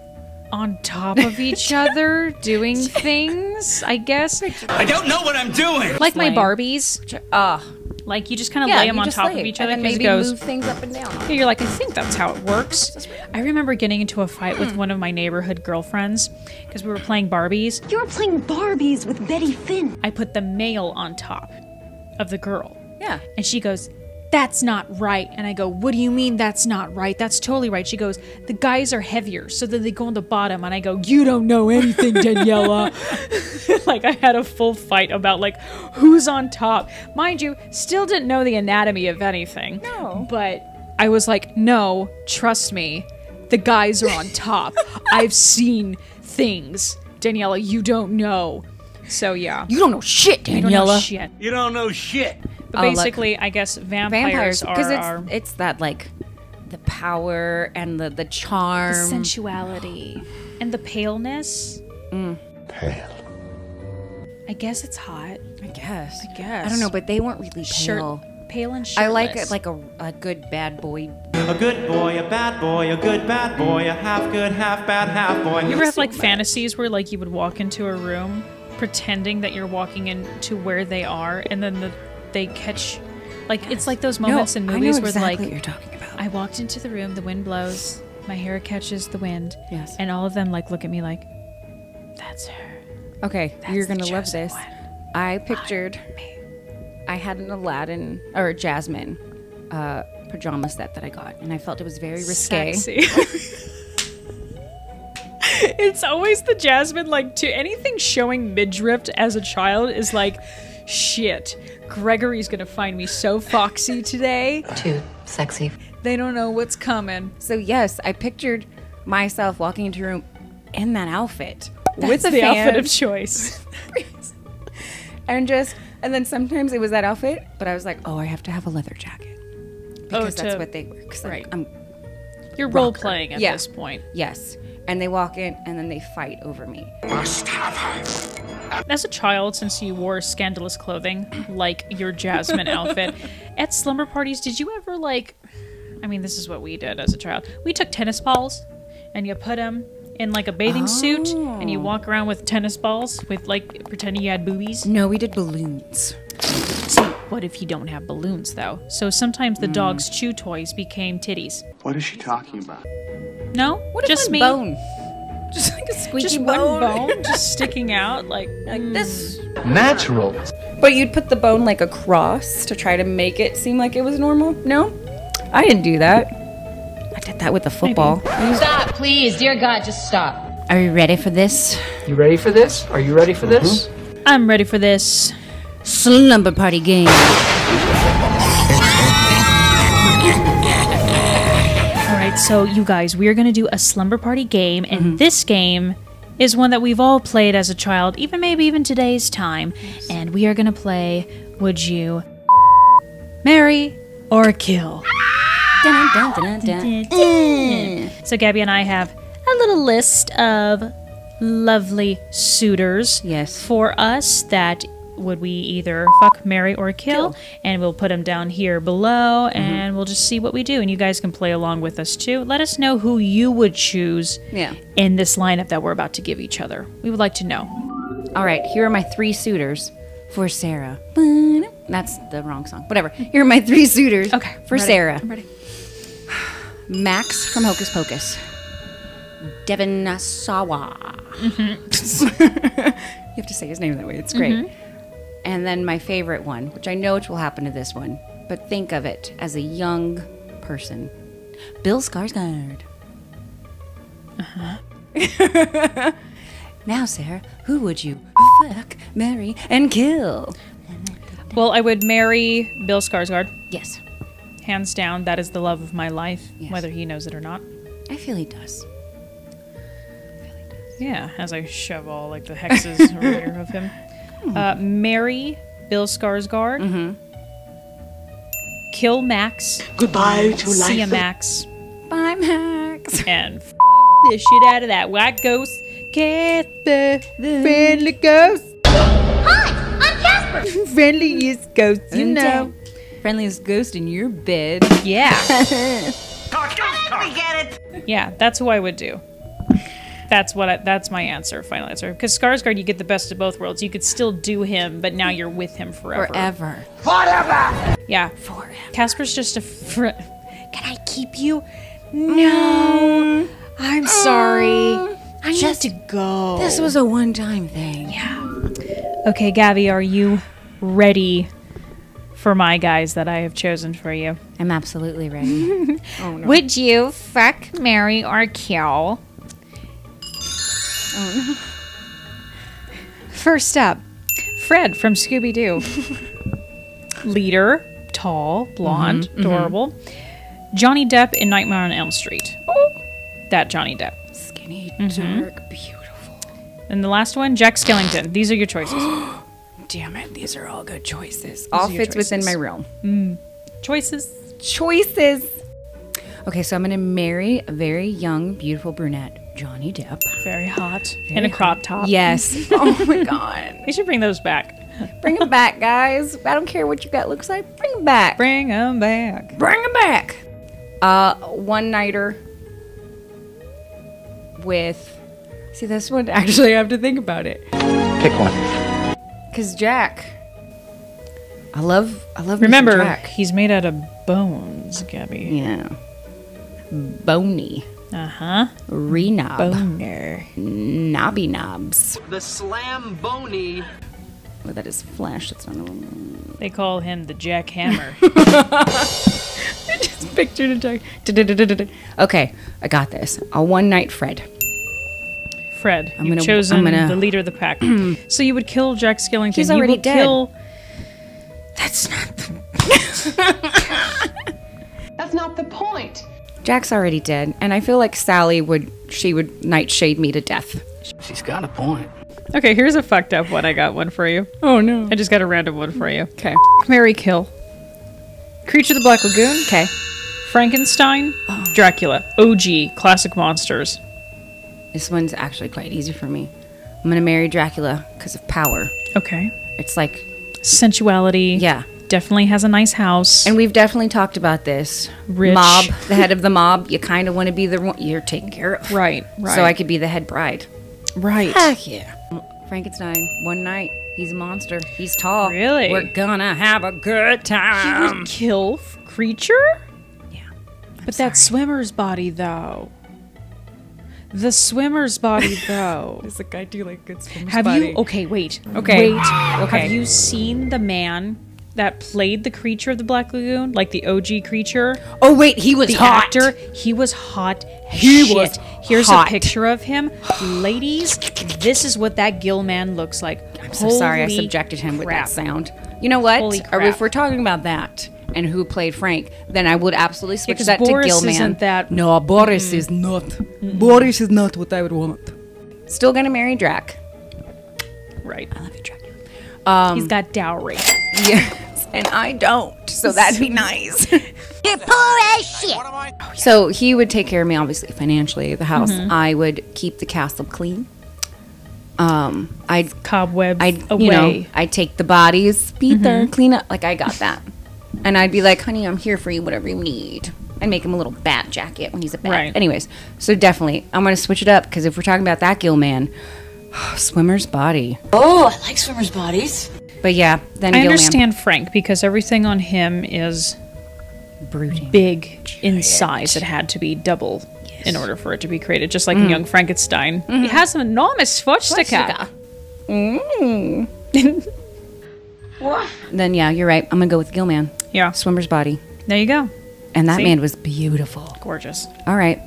Speaker 8: on top of each other doing things. I guess
Speaker 10: I don't know what I'm doing.
Speaker 8: like my Barbies.
Speaker 7: Ah,
Speaker 8: uh, like you just kind of
Speaker 7: Yeah,
Speaker 8: lay them
Speaker 7: you
Speaker 8: on
Speaker 7: just
Speaker 8: top
Speaker 7: lay
Speaker 8: of
Speaker 7: it,
Speaker 8: each
Speaker 7: and
Speaker 8: other,
Speaker 7: then
Speaker 8: it just
Speaker 7: maybe
Speaker 8: goes-
Speaker 7: move things up and down.
Speaker 8: Yeah, you're like, I think that's how it works. I remember getting into a fight with one of my neighborhood girlfriends because we were playing Barbies. You were playing Barbies with Betty Finn. I put the male on top of the girl.
Speaker 7: Yeah.
Speaker 8: And she goes, That's not right. And I go, What do you mean that's not right? That's totally right. She goes, The guys are heavier, so then they go on the bottom. And I go, You don't know anything, Daniela. like, I had a full fight about, like, who's on top. Mind you, still didn't know the anatomy of anything. No. But I was like, No, trust me. The guys are on top. I've seen things. Daniela, you don't know. So, yeah.
Speaker 7: You don't know shit,
Speaker 8: I don't know
Speaker 7: Daniela.
Speaker 8: shit.
Speaker 10: You don't know shit.
Speaker 8: But basically, I guess vampires,
Speaker 7: vampires, because
Speaker 8: are,
Speaker 7: it's
Speaker 8: are
Speaker 7: it's that like the power and the the charm,
Speaker 8: the sensuality and the paleness.
Speaker 7: Mm.
Speaker 8: I guess it's hot.
Speaker 7: I guess.
Speaker 8: I guess.
Speaker 7: I don't know, but they weren't really
Speaker 8: Shirt-
Speaker 7: pale.
Speaker 8: pale and
Speaker 7: I like
Speaker 8: shirtless.
Speaker 7: like a, a good bad boy.
Speaker 10: A good boy, a bad boy, a good bad boy, a half good, half bad, half boy.
Speaker 8: you ever have like fantasies where like you would walk into a room pretending that you're walking into where they are, and then the, they catch. Like it's like those
Speaker 7: No,
Speaker 8: moments in
Speaker 7: I know
Speaker 8: movies where
Speaker 7: exactly
Speaker 8: like
Speaker 7: what you're talking about.
Speaker 8: I walked into the room, the wind blows, my hair catches the wind, yes, and all of them like look at me like, that's her.
Speaker 7: Okay,
Speaker 8: That's
Speaker 7: you're
Speaker 8: the
Speaker 7: gonna love
Speaker 8: chosen
Speaker 7: this.
Speaker 8: one.
Speaker 7: I pictured. I had an Aladdin or a Jasmine uh, pajama set that I got, and I felt it was very risque.
Speaker 8: it's always the Jasmine, like, to anything showing midriff as a child is like, shit, Gregory's gonna find me so foxy today.
Speaker 5: Too sexy.
Speaker 8: They don't know what's coming.
Speaker 7: So yes, I pictured myself walking into a room in that outfit
Speaker 8: That's
Speaker 7: with a
Speaker 8: the
Speaker 7: fan
Speaker 8: outfit of choice.
Speaker 7: and just and then sometimes it was that outfit, but I was like, oh, I have to have a leather jacket because that's
Speaker 8: Oh, to-
Speaker 7: what they were. right. I'm,
Speaker 8: You're
Speaker 7: rocker.
Speaker 8: role playing at
Speaker 7: Yeah.
Speaker 8: this point.
Speaker 7: Yes. And they walk in and then they fight over me.
Speaker 8: Must have As a child, since you wore scandalous clothing like your Jasmine outfit, at slumber parties, did you ever like? I mean, this is what we did as a child. We took tennis balls, and you put them in like a bathing suit, and you walk around with tennis balls with like pretending you had boobies.
Speaker 7: No, we did balloons.
Speaker 8: So what if you don't have balloons though? So sometimes the dog's chew toys became titties.
Speaker 13: What is she talking about?
Speaker 8: No,
Speaker 7: What if
Speaker 8: just
Speaker 7: my
Speaker 8: me.
Speaker 7: bone? Just like a squeaky
Speaker 8: Just
Speaker 7: bone.
Speaker 8: one bone Mm. just sticking out like like this.
Speaker 13: Natural.
Speaker 7: But you'd put the bone like across to try to make it seem like it was normal. No, I didn't do that. I did that with the football.
Speaker 11: Stop, please. Dear God, just stop.
Speaker 7: Are you ready for this?
Speaker 5: You ready for this? Are you ready for this?
Speaker 8: I'm ready for this
Speaker 7: slumber party game.
Speaker 8: All right, so you guys, we are going to do a slumber party game, and
Speaker 7: Mm-hmm.
Speaker 8: this game is one that we've all played as a child, even maybe even today's time. And we are going to play Would You Marry or Kill? So, Gabby and I have a little list of lovely suitors yes. for us that would we either fuck, marry, or kill? And we'll put them down here below and we'll just see what we do. And you guys can play along with us too. Let us know who you would choose
Speaker 7: Yeah.
Speaker 8: in this lineup that we're about to give each other. We would like to know.
Speaker 7: All right, here are my three suitors for Sarah. That's the wrong song. Whatever. Here are my three suitors. Okay. For
Speaker 4: ready.
Speaker 7: Sarah.
Speaker 4: I'm ready.
Speaker 7: Max from Hocus Pocus. Devin Sawa.
Speaker 4: Mm-hmm.
Speaker 7: you have to say his name that way. It's great.
Speaker 4: Mhm.
Speaker 7: And then my favorite one, which I know it will happen to this one, but think of it as a young person. Bill Skarsgård. Uh-huh. now, Sarah, who would you fuck, marry, and kill?
Speaker 8: Well, I would marry Bill Skarsgård.
Speaker 7: Yes.
Speaker 8: Hands down, that is the love of my life, whether he knows it or not.
Speaker 7: I feel he does.
Speaker 8: Yeah, as I shove all like the hexes rear of him. Uh, marry Bill Skarsgård. Kill Max.
Speaker 17: Goodbye to
Speaker 8: See ya,
Speaker 17: life.
Speaker 8: Max.
Speaker 7: Bye, Max.
Speaker 8: And f- the shit out of that white ghost. Cat the friendly ghost.
Speaker 7: Hi, I'm Casper. Friendly as ghost, you know. Friendly as ghost in your bed.
Speaker 8: Yeah.
Speaker 18: We get it.
Speaker 8: Yeah, that's who I would do. That's what I, that's my answer, final answer. Because Skarsgård, you get the best of both worlds. You could still do him, but now you're with him forever.
Speaker 7: Forever.
Speaker 8: Forever. Yeah. Forever. Casper's just a. Fr- Can I keep you? No. I'm sorry. I need to go.
Speaker 7: This was a one-time thing.
Speaker 8: Yeah. Okay, Gabby, are you ready for my guys that I have chosen for you?
Speaker 7: I'm absolutely ready. oh no.
Speaker 8: Would you fuck, marry, or kill?
Speaker 7: Oh
Speaker 8: First up, Fred from Scooby Doo. Leader, tall, blonde,
Speaker 7: Mm-hmm,
Speaker 4: Mhm, mhm.
Speaker 8: adorable. Johnny Depp in Nightmare on Elm Street. That Johnny Depp.
Speaker 7: Oh. Skinny, dark,
Speaker 8: beautiful. And the last one, Jack Skellington. These are your choices.
Speaker 7: no. Damn it. These are all good choices.
Speaker 8: are
Speaker 7: All
Speaker 8: your
Speaker 7: fits within my
Speaker 8: choices.
Speaker 7: realm.
Speaker 8: Mm. Choices.
Speaker 7: Choices. Okay, so I'm going to marry a very young, beautiful brunette, Johnny Depp.
Speaker 8: Very hot.
Speaker 7: Very
Speaker 8: And a
Speaker 7: hot.
Speaker 8: crop top.
Speaker 7: Yes. oh my God.
Speaker 8: We should bring those back.
Speaker 7: Bring them back, guys. I don't care what your gut looks like. Bring them back.
Speaker 8: Bring them back.
Speaker 7: Bring them back. Uh, one nighter with. See, this one actually I have to think about it.
Speaker 19: Pick one.
Speaker 7: Cause Jack. I love. I love. me some
Speaker 8: Remember,
Speaker 7: Jack.
Speaker 8: he's made out of bones, Gabby.
Speaker 7: Yeah. Bony.
Speaker 8: Uh huh.
Speaker 7: Renob.
Speaker 8: Boner.
Speaker 7: Knobby knobs.
Speaker 3: The slam bony.
Speaker 7: Well, that is Flash. That's not. A...
Speaker 8: They call him the Jack Hammer.
Speaker 7: I just pictured a Jack. Du-du-du-du-du-du. Okay, I got this. A one night Fred.
Speaker 8: Fred,
Speaker 7: I'm
Speaker 8: you've
Speaker 7: gonna-
Speaker 8: chosen
Speaker 7: I'm gonna-
Speaker 8: the leader of the pack. so you would kill Jack Skellington.
Speaker 7: He's
Speaker 8: You
Speaker 7: already
Speaker 8: would
Speaker 7: dead.
Speaker 8: Kill,
Speaker 7: That's not.
Speaker 18: That's not the point.
Speaker 7: Jack's already dead, and I feel like Sally would. She would nightshade me to death.
Speaker 8: She's got a point. Okay, here's a fucked up one. I got one for you.
Speaker 7: Oh no!
Speaker 8: I just got a random one for you.
Speaker 7: Okay.
Speaker 8: Mary kill. Creature of the Black Lagoon.
Speaker 7: Okay.
Speaker 8: Frankenstein.
Speaker 7: Oh.
Speaker 8: Dracula. OG classic monsters.
Speaker 7: This one's actually quite easy for me. I'm gonna marry Dracula because of power.
Speaker 8: Okay.
Speaker 7: It's like
Speaker 8: Sensuality.
Speaker 7: Yeah.
Speaker 8: Definitely has a nice house.
Speaker 7: And we've definitely talked about this.
Speaker 8: Rich.
Speaker 7: Mob, the head of the mob. You kind of want to be the one you're taken care of.
Speaker 8: Right, right.
Speaker 7: So I could be the head bride.
Speaker 8: Right.
Speaker 7: Heck yeah. Frankenstein, one night. He's a monster. He's tall.
Speaker 8: Really?
Speaker 7: We're gonna have a good time.
Speaker 8: He would kill f- creature? Yeah. but that swimmer's body, though. The swimmer's body, though.
Speaker 7: It's like I do like good swimmer's
Speaker 8: Have you?
Speaker 7: body.
Speaker 8: Okay, wait.
Speaker 7: Okay.
Speaker 8: Wait.
Speaker 7: Okay.
Speaker 8: Have you seen the man that played the creature of the Black Lagoon, like the OG creature?
Speaker 7: Oh wait, he was
Speaker 8: the
Speaker 7: hot.
Speaker 8: actor. He was hot. as
Speaker 7: He
Speaker 8: shit.
Speaker 7: was
Speaker 8: Here's
Speaker 7: hot.
Speaker 8: a picture of him, ladies. This is what that gill man looks like.
Speaker 7: I'm so sorry I subjected him with that sound. You know what?
Speaker 8: Holy
Speaker 7: Or
Speaker 8: crap.
Speaker 7: If we're talking about that and who played Frank, then I would absolutely switch
Speaker 8: Because
Speaker 7: that
Speaker 8: Boris
Speaker 7: to Gilman.
Speaker 8: isn't that-
Speaker 7: No, Boris is not. Boris is not what I would want. Still gonna marry Drac.
Speaker 8: Right.
Speaker 7: I love you, Drac. Um,
Speaker 8: He's got dowry.
Speaker 7: Yes, and I don't, so that'd be nice.
Speaker 12: You're poor as shit.
Speaker 7: Oh, So Mm-hmm. he would take care of me, obviously financially, the house.
Speaker 12: Mhm.
Speaker 7: I would keep the castle clean. Um, I'd
Speaker 8: cobwebs.
Speaker 7: I'd you know
Speaker 8: away.
Speaker 7: I'd take the bodies, Peter,
Speaker 8: Mhm.
Speaker 7: clean up. Like I got that, and I'd be like, honey, I'm here for you, whatever you need. I'd make him a little bat jacket when he's a bat.
Speaker 8: Right.
Speaker 7: Anyways, so definitely I'm gonna switch it up because if we're talking about that gill man, swimmer's body.
Speaker 8: Oh, I like swimmers' bodies.
Speaker 7: But yeah, then
Speaker 8: I
Speaker 7: gill man.
Speaker 8: understand Frank because everything on him is
Speaker 7: brooding,
Speaker 8: big in size. It had to be double in order for it to be created, just like in
Speaker 6: Mm.
Speaker 8: Young Frankenstein.
Speaker 7: Mm-hmm.
Speaker 8: He has an enormous swastika.
Speaker 7: Mm. Then yeah, you're right. I'm gonna go with gill man.
Speaker 8: Yeah,
Speaker 7: swimmer's body.
Speaker 8: There you go.
Speaker 7: And that
Speaker 8: See?
Speaker 7: man was beautiful.
Speaker 8: Gorgeous.
Speaker 7: All right.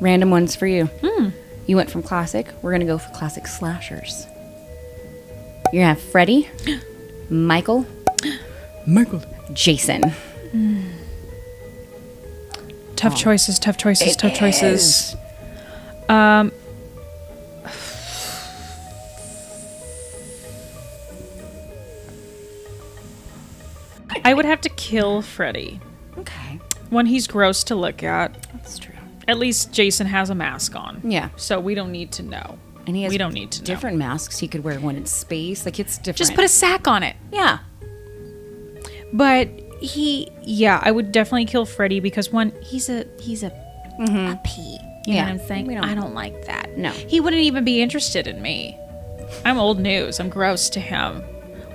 Speaker 7: Random ones for you.
Speaker 8: Hmm.
Speaker 7: You went from classic. We're going to go for classic slashers. You're going to have Freddy, Michael, Michael, Jason.
Speaker 8: Tough choices, tough choices,
Speaker 7: Oh. It
Speaker 8: tough
Speaker 7: is.
Speaker 8: choices. Um, I would have to kill Freddy.
Speaker 7: Okay.
Speaker 8: When he's gross to look at.
Speaker 7: That's true.
Speaker 8: At least Jason has a mask on.
Speaker 7: Yeah.
Speaker 8: So we don't need to know.
Speaker 7: And he has
Speaker 8: we don't need to know.
Speaker 7: different masks. He could wear one in space. Like it's different.
Speaker 8: Just put a sack on it.
Speaker 7: Yeah.
Speaker 8: But he, yeah, I would definitely kill Freddy because one, he's a he's a a pea. You
Speaker 7: Mm-hmm. Yeah.
Speaker 8: know what I'm saying?
Speaker 7: We don't-
Speaker 8: I don't like that.
Speaker 7: No.
Speaker 8: he wouldn't even be interested in me. I'm old news. I'm gross to him.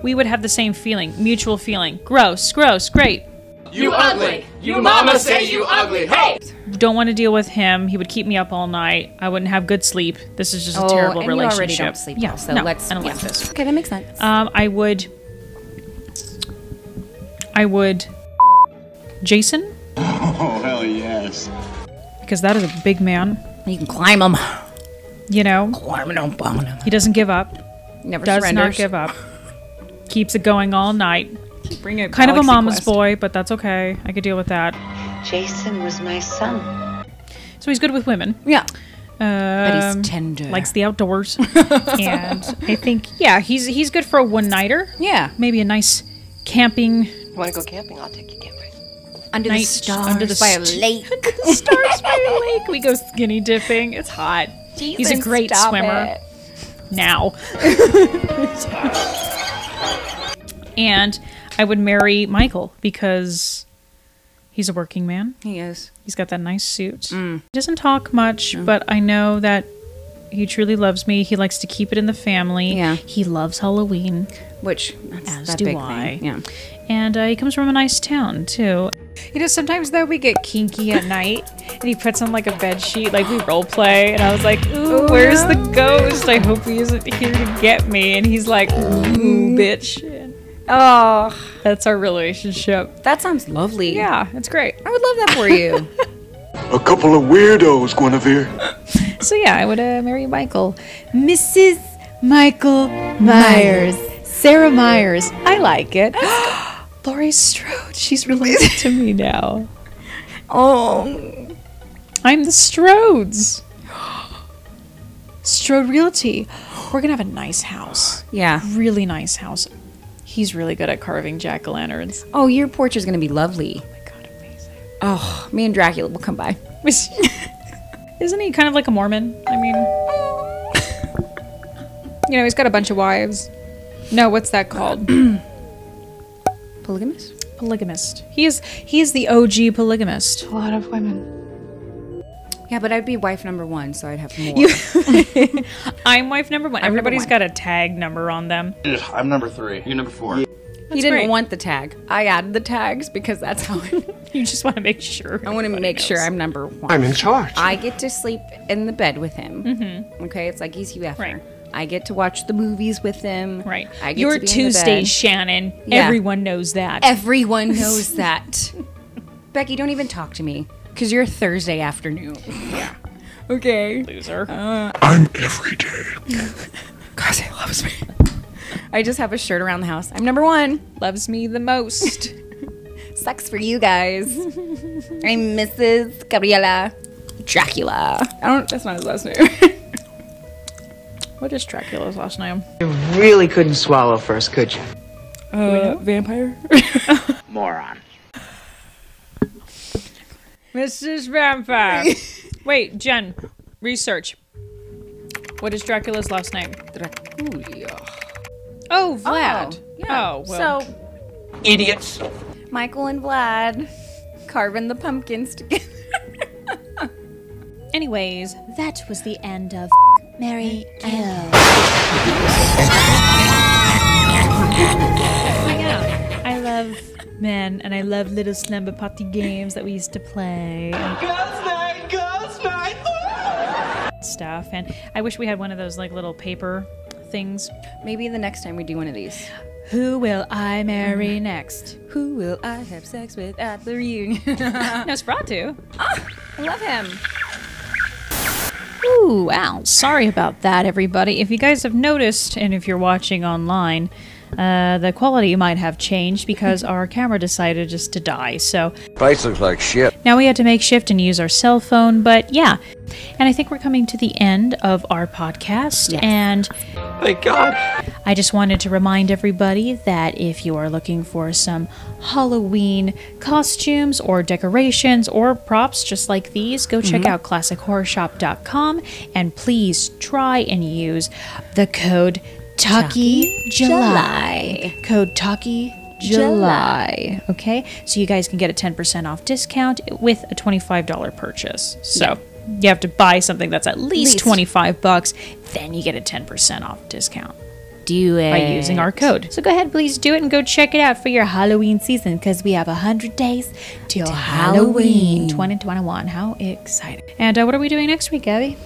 Speaker 8: We would have the same feeling, mutual feeling. Gross, gross, great.
Speaker 2: You ugly! You mama say you ugly! Hey!
Speaker 8: Don't want to deal with him. He would keep me up all night. I wouldn't have good sleep. This is just a
Speaker 7: Oh,
Speaker 8: terrible
Speaker 7: and you already
Speaker 8: relationship.
Speaker 7: don't sleep
Speaker 8: yeah,
Speaker 7: well, so
Speaker 8: no,
Speaker 7: let's-
Speaker 8: I don't like
Speaker 7: yeah.
Speaker 8: this.
Speaker 7: Okay, that makes sense.
Speaker 8: Um, I would. I would. Jason,
Speaker 23: Oh, hell yes.
Speaker 8: because that is a big man.
Speaker 7: You can climb him.
Speaker 8: You know,
Speaker 7: Climbing on bone him.
Speaker 8: He doesn't give up.
Speaker 7: Never
Speaker 8: does not
Speaker 7: surrenders.
Speaker 8: give up. Keeps it going all night.
Speaker 7: Bring it.
Speaker 8: Kind of a
Speaker 6: Galaxy
Speaker 8: mama's
Speaker 6: Quest.
Speaker 8: boy, but that's okay. I could deal with that.
Speaker 16: Jason was my son.
Speaker 8: So he's good with women.
Speaker 7: Yeah.
Speaker 8: Um,
Speaker 7: he's tender.
Speaker 8: Likes the outdoors. and I think, yeah, he's he's good for a one nighter.
Speaker 7: Yeah.
Speaker 8: Maybe a nice camping
Speaker 6: You want to go camping? I'll take you camping.
Speaker 7: Under
Speaker 8: night
Speaker 7: the stars
Speaker 8: under the
Speaker 7: by a
Speaker 8: st-
Speaker 7: lake.
Speaker 8: stars by a lake. We go skinny dipping. It's hot. he's a
Speaker 7: Jason,
Speaker 8: great
Speaker 7: stop
Speaker 8: swimmer.
Speaker 7: it.
Speaker 8: Now. and I would marry Michael because he's a working man.
Speaker 7: He is.
Speaker 8: He's got that nice suit.
Speaker 7: Mm.
Speaker 8: He doesn't talk much, but I know that he truly loves me. He likes to keep it in the family.
Speaker 7: Yeah.
Speaker 8: He loves Halloween.
Speaker 7: Which that's
Speaker 8: As
Speaker 7: that
Speaker 8: do
Speaker 7: big
Speaker 8: I.
Speaker 7: thing. Yeah.
Speaker 8: And uh, he comes from a nice town too. You know, sometimes though we get kinky at night, and he puts on like a bed sheet, like we role play, and I was like, "Ooh, where's the ghost? I hope he isn't here to get me." And he's like, "Ooh, bitch." Oh, that's our relationship.
Speaker 7: That sounds lovely.
Speaker 8: Yeah, it's great.
Speaker 7: I would love that for you.
Speaker 23: A couple of weirdos, Guinevere.
Speaker 8: so yeah, I would uh, marry Michael, Mrs. Michael Myers, Sarah Myers. I like it. Lori Strode, she's related to me now.
Speaker 7: Oh,
Speaker 8: I'm the Strodes. Strode Realty. We're gonna have a nice house.
Speaker 7: Yeah.
Speaker 8: Really nice house. He's really good at carving jack o' lanterns.
Speaker 7: Oh, your porch is going to be lovely. Oh my god, amazing. Oh, me and Dracula will come by.
Speaker 8: Isn't he kind of like a Mormon? I mean, you know, he's got a bunch of wives. No, what's that called?
Speaker 7: Polygamous?
Speaker 8: polygamist. He is he is the OG polygamist. A lot of women.
Speaker 7: Yeah, but I'd be wife number one, so I'd have more.
Speaker 8: I'm wife number one.
Speaker 7: I'm number
Speaker 8: Everybody's
Speaker 7: one.
Speaker 8: got a tag number on them.
Speaker 19: I'm number three. You're number four.
Speaker 7: he didn't
Speaker 8: great.
Speaker 7: want the tag. I added the tags because that's how I,
Speaker 8: You just want to make sure.
Speaker 7: I want to make sure I'm number one.
Speaker 23: I'm in charge.
Speaker 7: I get to sleep in the bed with him. Mm-hmm. Okay, it's like he's Hugh Hefner. I get to watch the movies with him. Right. I get
Speaker 8: Your
Speaker 7: to be in the
Speaker 8: Tuesday,
Speaker 7: bed.
Speaker 8: Shannon.
Speaker 7: Yeah.
Speaker 8: Everyone knows that.
Speaker 7: Everyone knows that. Becky, don't even talk to me because you're Thursday afternoon. Yeah. Okay.
Speaker 8: Loser.
Speaker 7: I'm every day. Cause he loves me. I just have a shirt around the house. I'm number one.
Speaker 8: Loves me the most.
Speaker 7: Sucks for you guys. I'm Mrs. Gabriela Dracula. I don't. That's not his last name.
Speaker 8: What is Dracula's last name?
Speaker 5: You really couldn't swallow first, could you?
Speaker 8: Uh, vampire.
Speaker 5: Moron.
Speaker 8: Mrs. Vampire. Wait, Jen. Research. What is Dracula's last name?
Speaker 7: Dracula.
Speaker 8: Oh, Vlad.
Speaker 7: Oh, yeah.
Speaker 8: Oh, well.
Speaker 7: So,
Speaker 23: Idiots.
Speaker 7: Michael and Vlad carving the pumpkins together.
Speaker 8: Anyways, that was the end of
Speaker 12: Mary Kill.
Speaker 8: yeah, I love men and I love little slumber party games that we used to play.
Speaker 2: Girls' night, girls' night.
Speaker 8: stuff and i wish we had one of those like little paper things
Speaker 7: maybe the next time we do one of these
Speaker 8: who will i marry next
Speaker 7: who will i have sex with at the reunion
Speaker 8: nosferatu
Speaker 7: oh, i love him
Speaker 8: ooh wow sorry about that everybody if you guys have noticed and if you're watching online uh, the quality might have changed because our camera decided just to die so
Speaker 1: Face looks like shit.
Speaker 8: now we had to make shift and use our cell phone but yeah and i think we're coming to the end of our podcast
Speaker 1: Yes.
Speaker 8: and
Speaker 1: Thank God.
Speaker 8: I just wanted to remind everybody that if you are looking for some Halloween costumes or decorations or props just like these, go check
Speaker 7: Mhm.
Speaker 8: out classichorrorshop.com and please try and use the code Tucky July. Code Tucky July. Okay? So you guys can get a 10% off discount with a $25 purchase. So you have to buy something that's at least,
Speaker 7: Least.
Speaker 8: 25 bucks, then you get a 10% off discount.
Speaker 7: do it
Speaker 8: By using our code. So go ahead, please do it and go check it out for your Halloween season because we have 100 days till Halloween 2021. How exciting. And uh, what are we doing next week, Abby?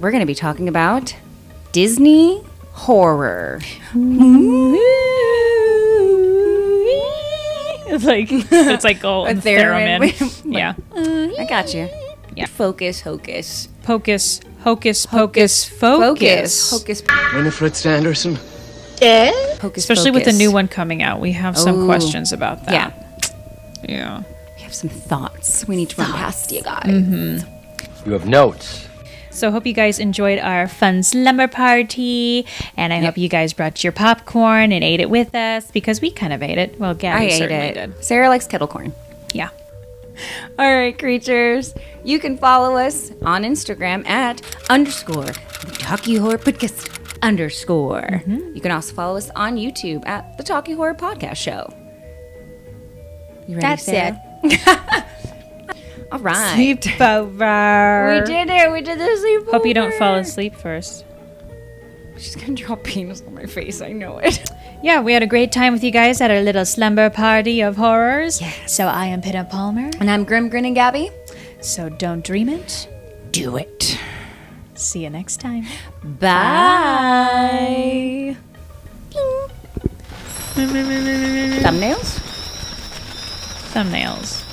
Speaker 7: we're going to be talking about disney horror
Speaker 8: It's like it's like all
Speaker 7: A theremin.
Speaker 8: theremin. uh. yeah.
Speaker 7: i got you
Speaker 8: Yeah.
Speaker 7: focus hocus
Speaker 8: Pocus, hocus, pocus, focus.
Speaker 7: focus hocus
Speaker 1: Winifred Sanderson.
Speaker 7: yeah hocus
Speaker 8: Especially with the
Speaker 7: pocus.
Speaker 8: new one coming out, we have some
Speaker 7: Ooh.
Speaker 8: questions about that.
Speaker 7: yeah
Speaker 8: Yeah.
Speaker 7: we have some thoughts we need to run past you guys
Speaker 8: Mm-hmm.
Speaker 1: You have notes.
Speaker 8: So hope you guys enjoyed our fun slumber party, and I hope you guys brought your popcorn and ate it with us because we kind of ate it. Well, Gabby
Speaker 7: I ate
Speaker 8: certainly
Speaker 7: it.
Speaker 8: did.
Speaker 7: Sarah likes kettle corn.
Speaker 8: Yeah.
Speaker 7: All right, creatures. You can follow us on Instagram at underscore the Talkie Horror Podcast underscore.
Speaker 8: Mm-hmm.
Speaker 7: You can also follow us on YouTube at the Talkie Horror Podcast Show. You ready,
Speaker 8: That's
Speaker 7: Sarah? All right.
Speaker 8: Sleepover.
Speaker 7: We did it. We did the sleepover.
Speaker 8: Hope you don't fall asleep first.
Speaker 7: She's gonna draw penis on my face. I know it.
Speaker 8: Yeah, we had a great time with you guys at our little slumber party of horrors. So I am Pina Palmer.
Speaker 7: And I'm Grim Grinning Gabby.
Speaker 8: So don't dream it.
Speaker 7: Do it.
Speaker 8: See you next time.
Speaker 7: Bye. Thumbnails.
Speaker 8: Thumbnails.